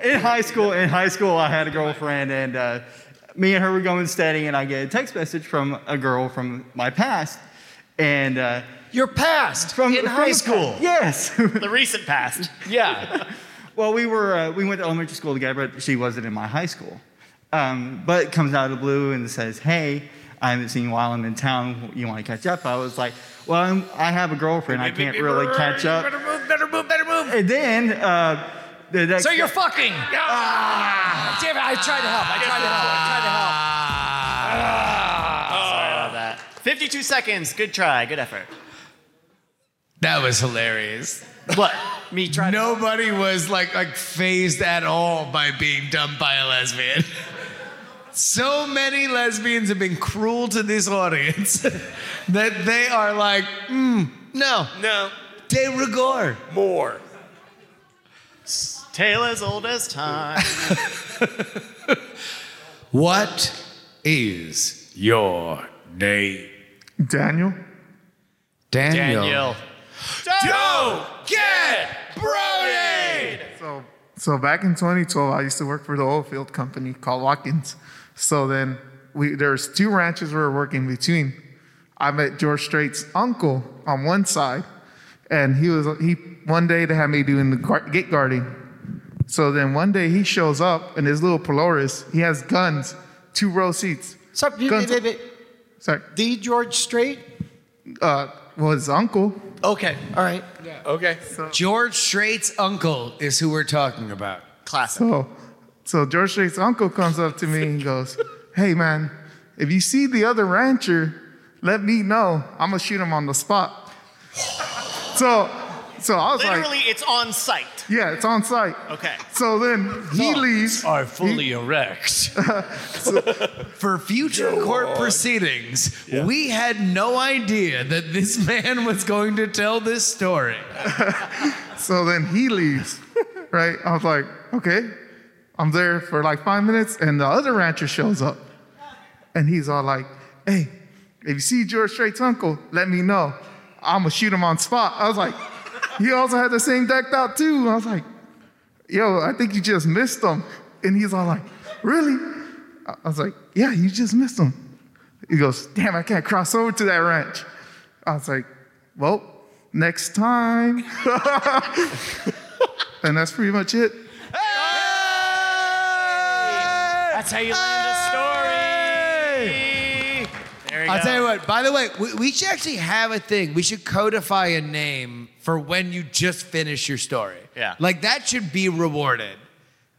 Speaker 17: in high school, in high school, I had a girlfriend, and uh, me and her were going steady, and I get a text message from a girl from my past, and uh,
Speaker 2: your past
Speaker 17: from
Speaker 2: in high
Speaker 17: the
Speaker 2: school.
Speaker 17: past. Yes,
Speaker 14: the recent past.
Speaker 17: Yeah. well, we were uh, we went to elementary school together, but she wasn't in my high school. Um, but comes out of the blue and says, "Hey, I haven't seen you while I'm in town. You want to catch up?" I was like, "Well, I'm, I have a girlfriend. I can't really catch up."
Speaker 10: Better move, better move, better move.
Speaker 17: And then uh, the next
Speaker 2: So you're fucking. Ah, damn it! I tried to help. I tried to help. I tried to help.
Speaker 14: Ah. Sorry about that. 52 seconds. Good try. Good effort.
Speaker 1: That was hilarious.
Speaker 14: What? Me trying
Speaker 1: Nobody was like like phased at all by being dumped by a lesbian. So many lesbians have been cruel to this audience that they are like, mm, no.
Speaker 3: No.
Speaker 1: De rigueur.
Speaker 3: More.
Speaker 14: Tale as old as time.
Speaker 18: What is your name?
Speaker 19: Daniel.
Speaker 18: Daniel.
Speaker 19: Daniel.
Speaker 10: Don't
Speaker 18: get
Speaker 10: brody.
Speaker 19: So, so back in 2012, I used to work for the oil field company called Watkins. So then we there's two ranches we were working between. I met George Strait's uncle on one side, and he was he one day they had me doing the gar- gate guarding. So then one day he shows up in his little Polaris. He has guns, two row seats.
Speaker 16: So,
Speaker 19: Guns- Sorry.
Speaker 16: D. George Strait?
Speaker 19: Uh, well, his uncle.
Speaker 16: Okay. All right.
Speaker 18: Okay.
Speaker 1: George Strait's uncle is who we're talking about.
Speaker 14: Classic.
Speaker 19: So, so George Strait's uncle comes up to me and goes, "Hey man, if you see the other rancher, let me know. I'm gonna shoot him on the spot." So, so I was
Speaker 14: Literally,
Speaker 19: like,
Speaker 14: it's on site.
Speaker 19: "Yeah, it's on site."
Speaker 14: Okay.
Speaker 19: So then he leaves.
Speaker 5: Are Oh. fully erect.
Speaker 18: For future court proceedings, we had no idea that this man was going to tell this story.
Speaker 19: So then he leaves, right? I was like, "Okay." I'm there for like five minutes, and the other rancher shows up, and he's all like, "Hey, if you see George Strait's uncle, let me know. I'm gonna shoot him on spot." I was like, "He also had the same decked out too." I was like, "Yo, I think you just missed him." And he's all like, "Really?" I I was like, "Yeah, you just missed him." He goes, "Damn, I can't cross over to that ranch." I was like, "Well, next time." and that's pretty much it.
Speaker 14: That's how you land a story. There you
Speaker 18: I'll
Speaker 14: go.
Speaker 18: tell you
Speaker 1: what, by the way, we, we should actually have a thing. We should codify a name for when you just finish your story.
Speaker 14: Yeah.
Speaker 1: Like that should be rewarded.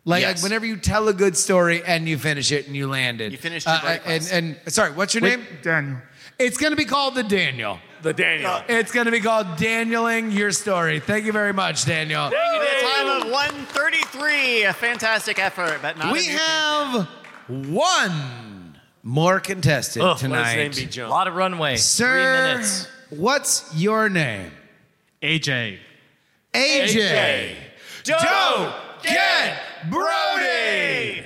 Speaker 1: Like,
Speaker 18: Yes.
Speaker 1: like whenever you tell a good story and you finish it and you landed. You
Speaker 18: finished
Speaker 1: finish
Speaker 18: your
Speaker 1: and, and sorry, what's your
Speaker 18: Wait,
Speaker 1: name?
Speaker 19: Daniel.
Speaker 1: It's gonna be called the Daniel.
Speaker 3: The Daniel.
Speaker 1: it's gonna be called Danieling Your Story. Thank you very much, Daniel.
Speaker 14: A time of 133. A fantastic effort, but not.
Speaker 1: We have one more contestant
Speaker 2: Oh,
Speaker 18: Ugh, let his
Speaker 1: tonight.
Speaker 18: name be Joe.
Speaker 2: Lot of runway.
Speaker 1: Sir,
Speaker 2: Three minutes.
Speaker 1: what's your name?
Speaker 16: AJ.
Speaker 1: AJ.
Speaker 16: Don't,
Speaker 18: get
Speaker 16: Brody.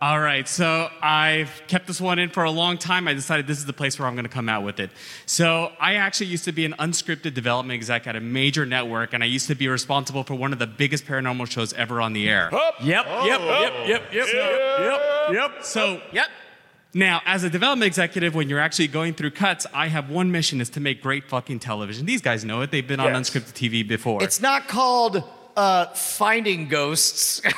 Speaker 16: All right, so I've kept this one in for a long time. I decided this is the place where I'm going to come out with it. So I actually used to be an unscripted development exec at a major network, and I used to be responsible for one of the biggest paranormal shows ever on the air.
Speaker 10: Yep, yep, yep,
Speaker 3: Oh.
Speaker 10: yep, yep, yep,
Speaker 16: yep. So
Speaker 14: yep.
Speaker 16: Now, as a development executive, when you're actually going through cuts, I have one mission is to make great fucking television. These guys know it. They've been on
Speaker 2: Yes.
Speaker 16: unscripted TV before.
Speaker 2: It's not called uh, finding ghosts. it's,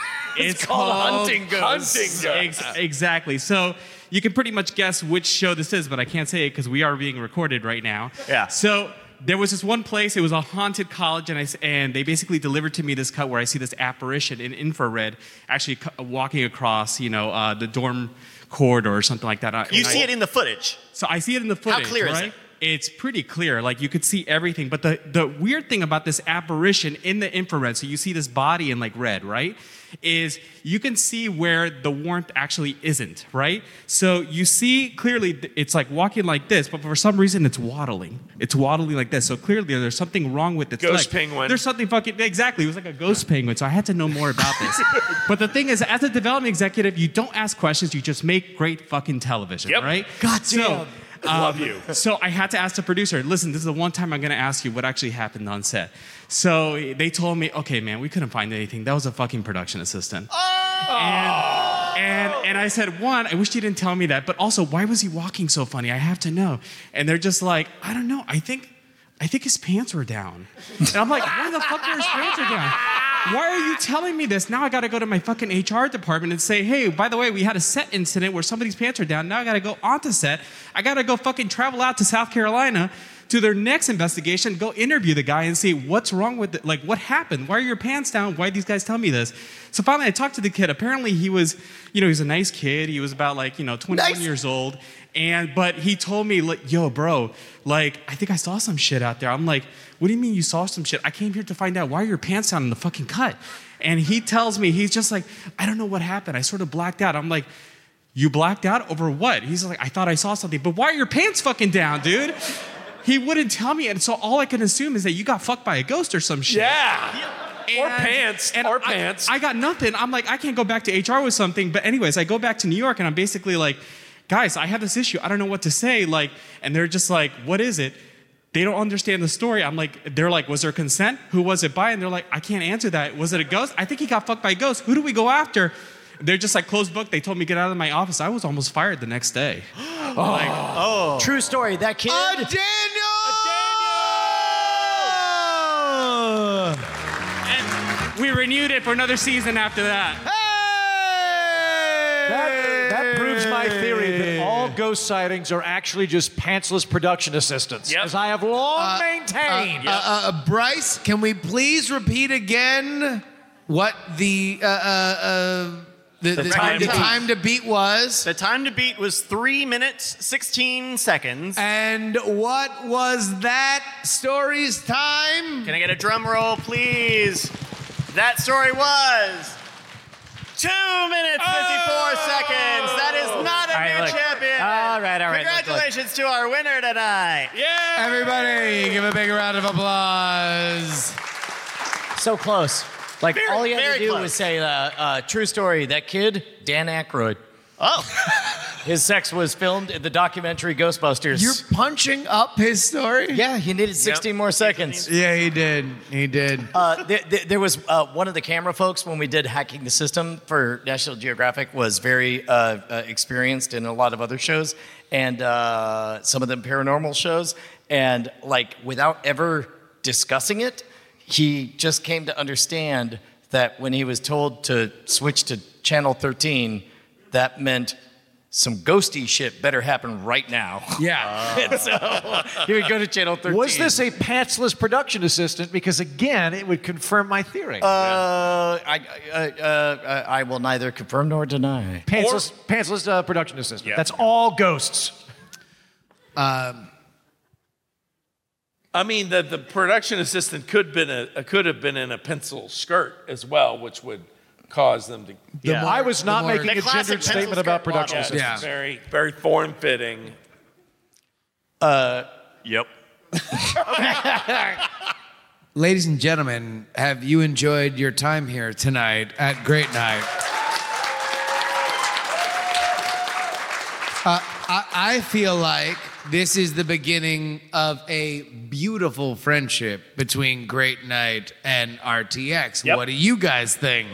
Speaker 2: called, hunting ghosts.
Speaker 16: Ex- exactly. So you can pretty much guess which show this is, but I can't say it because we are being recorded right now.
Speaker 14: Yeah.
Speaker 16: So there was this one place. It was a haunted college, and I s- and they basically delivered to me this cut where I see this apparition in infrared, actually cu- walking across, you know, uh, the dorm corridor or something like that. I-
Speaker 14: You
Speaker 16: and I-
Speaker 14: see it in the footage.
Speaker 16: So I see it in the footage.
Speaker 14: clear is
Speaker 16: right?
Speaker 14: it?
Speaker 16: It's pretty clear. Like you could see everything. But the, the weird thing about this apparition in the infrared, so you see this body in like red, right? Is you can see where the warmth actually isn't, right? So you see clearly th- it's like walking like this, but for some reason it's waddling. It's waddling like this. So clearly there's something wrong with its
Speaker 3: Ghost
Speaker 16: leg.
Speaker 3: penguin.
Speaker 16: There's something fucking exactly. It was like a ghost penguin. So I had to know more about this. but the thing is, as a development executive, you don't ask questions. You just make great fucking television, right? God
Speaker 10: damn. Love you.
Speaker 16: so I had to ask the producer, listen, this is the one time I'm going to ask you what actually happened on set. So they told me, okay, man, we couldn't find anything. That was a fucking production assistant. And, And and I said, one, I wish you didn't tell me that, but also, why was he walking so funny? I have to know. And they're just like, I don't know. I think, I think his pants were down. And I'm like, why the fuck are his pants are down? Why are you telling me this? Now I got to go to my fucking HR department and say, hey, by the way, we had a set incident where somebody's pants are down. Now I got to go onto set. I got to go fucking travel out to South Carolina to their next investigation, go interview the guy and see what's wrong with it. Like, what happened? Why are your pants down? Why these guys tell me this? So finally, I talked to the kid. Apparently, he was, you know, he was a nice kid. He was about like, you know, 21 years old. And, but he told me, like, yo, bro, like, I think I saw some shit out there. I'm like, what do you mean you saw some shit? I came here to find out why are your pants down in the fucking cut? And he tells me, he's just like, I don't know what happened. I sort of blacked out. I'm like, you blacked out over what? He's like, I thought I saw something, but why are your pants fucking down, dude? He wouldn't tell me, and so all I can assume is that you got fucked by a ghost or some shit.
Speaker 3: Yeah.
Speaker 16: And,
Speaker 3: or pants.
Speaker 16: and
Speaker 3: or
Speaker 16: I-
Speaker 3: pants.
Speaker 16: I got nothing. I'm like, I can't go back to HR with something. But anyways, I go back to New York, and I'm basically like, guys, I have this issue. I don't know what to say. Like, and they're just like, what is it? They don't understand the story. I'm like, they're like, was there consent? Who was it by? And they're like, I can't answer that. Was it a ghost? I think he got fucked by a ghost. Who do we go after? They're just like closed book. They told me get out of my office. I was almost fired the next day. Like,
Speaker 2: oh. True story. That kid.
Speaker 16: we renewed it for another season after that.
Speaker 5: That, that proves my theory that all ghost sightings are actually just pantsless production assistants, as I have long maintained.
Speaker 1: Uh, uh, uh, Bryce, can we please repeat again what the uh, uh, uh, the, the, time, the time to beat was?
Speaker 14: The time to beat was three minutes, 16 seconds.
Speaker 1: And what was that story's time?
Speaker 14: Can I get a drum roll, please? That story was two minutes, 54
Speaker 1: Oh.
Speaker 14: seconds. That is not a
Speaker 10: All right,
Speaker 14: new
Speaker 10: look.
Speaker 14: champion.
Speaker 10: All right, all right, look, look.
Speaker 14: Congratulations to our winner tonight.
Speaker 1: Yeah. Everybody, give a big round of applause.
Speaker 2: So close.
Speaker 14: Like
Speaker 2: all he had
Speaker 14: very
Speaker 2: to do
Speaker 14: close.
Speaker 2: was say, uh, uh, "True story." That kid, Dan Aykroyd.
Speaker 14: Oh,
Speaker 2: his sex was filmed in the documentary Ghostbusters.
Speaker 1: You're punching up his story.
Speaker 2: Yeah, he needed 16 more seconds.
Speaker 1: Yeah, he did. He did.
Speaker 2: Uh, there, there, there was uh, one of the camera folks when we did hacking the system for National Geographic was very uh, uh, experienced in a lot of other shows and uh, some of them paranormal shows and like without ever discussing it, he just came to understand that when he was told to switch to channel 13, that meant some ghosty shit better happen right now.
Speaker 5: Yeah.
Speaker 2: and so he would go to channel 13.
Speaker 5: Was this a pantsless production assistant? Because again, it would confirm my theory.
Speaker 2: Uh, I, uh, uh, I will neither confirm nor deny.
Speaker 5: pantsless, pantsless uh, production assistant. That's all ghosts.
Speaker 1: Um,
Speaker 3: I mean, the, the production assistant could been a, uh, could have been in a pencil skirt as well, which would cause them to.
Speaker 5: The more- I was not the more- making a gendered statement about production assistants.
Speaker 3: Yeah.
Speaker 5: Yeah.
Speaker 3: Very, very form fitting.
Speaker 2: Uh, yep.
Speaker 1: Ladies and gentlemen, have you enjoyed your time here tonight at Great Night? Uh, I, I feel like this is the beginning of a beautiful friendship between Great Night and RTX. What do you guys think?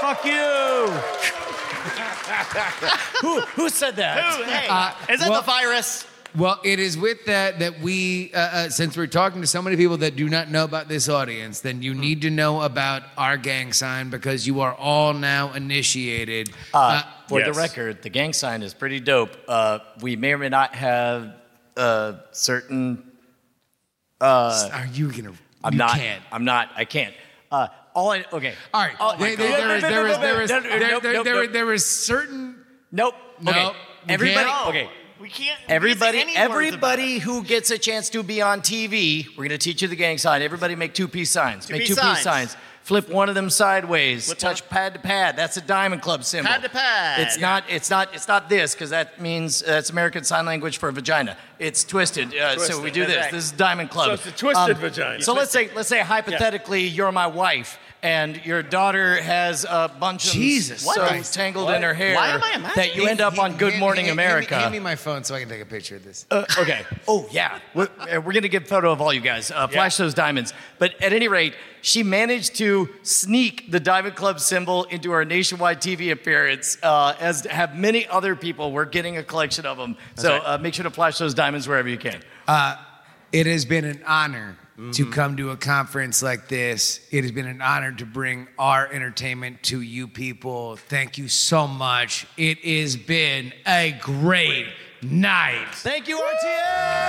Speaker 2: Fuck you! who, who said that?
Speaker 14: Who? Hey,
Speaker 1: Uh,
Speaker 14: is that
Speaker 1: well-
Speaker 14: the virus?
Speaker 1: Well, it is with that that we, uh, uh, since we're talking to so many people that do not know about this audience, then you need to know about our gang sign because you are all now initiated.
Speaker 2: Uh, for the record, the gang sign is pretty dope. Uh, we may or may not have uh, certain. Uh,
Speaker 1: Are you gonna?
Speaker 2: I'm
Speaker 1: you
Speaker 2: not.
Speaker 1: can't.
Speaker 2: I'm not. I can't. Uh, all I. Okay.
Speaker 1: All right.
Speaker 2: Oh,
Speaker 1: There-
Speaker 2: my
Speaker 1: there-
Speaker 2: God.
Speaker 1: there is-
Speaker 2: No, no,
Speaker 1: there
Speaker 2: no,
Speaker 1: is- there
Speaker 2: no,
Speaker 1: is-
Speaker 2: no, no,
Speaker 1: there-
Speaker 2: no,
Speaker 1: there-
Speaker 2: no,
Speaker 1: there-
Speaker 2: no.
Speaker 1: there is certain.
Speaker 2: Nope.
Speaker 1: No,
Speaker 2: okay.
Speaker 1: we
Speaker 2: Everybody.
Speaker 1: can't.
Speaker 2: Okay.
Speaker 14: We can't.
Speaker 2: Everybody,
Speaker 14: use any words
Speaker 2: everybody who gets a chance to be on TV, we're going to teach you the gang sign. Everybody make two peace signs.
Speaker 14: Two
Speaker 2: make
Speaker 14: peace
Speaker 2: two
Speaker 14: signs.
Speaker 2: peace signs. Flip one of them sideways. touch pad to pad. That's a Diamond Club symbol.
Speaker 14: Pad to pad.
Speaker 2: It's not. It's not. It's not this because that means uh, that's American Sign Language for vagina. It's twisted. Uh, So we
Speaker 3: Twisted,
Speaker 2: do this.
Speaker 3: exact.
Speaker 2: This is Diamond Club. Um,
Speaker 3: So it's a twisted vagina.
Speaker 2: So let's say let's say hypothetically you're my wife and your daughter has a bunch of
Speaker 1: Jesus
Speaker 2: so
Speaker 1: Christ.
Speaker 2: tangled
Speaker 1: What?
Speaker 2: in her hair
Speaker 1: Why am I imagining-
Speaker 2: that you end up
Speaker 1: He-
Speaker 2: on Good
Speaker 1: hand-
Speaker 2: Morning
Speaker 1: hand- hand me-
Speaker 2: America.
Speaker 1: hand me my phone so I can take a picture of this.
Speaker 2: Uh, okay. Oh yeah. We're, uh, we're gonna get a photo of all you guys. Uh, flash those diamonds. But at any rate, she managed to sneak the Diamond Club symbol into her nationwide TV appearance, uh, as have many other people. We're getting a collection of them. so uh, make sure to flash those diamonds wherever you can.
Speaker 1: Uh, it has been an honor
Speaker 2: Mm-hmm.
Speaker 1: to come to a conference like this. It has been an honor to bring our entertainment to you people. Thank you so much. It has been a great night.
Speaker 2: Thank you, RTA.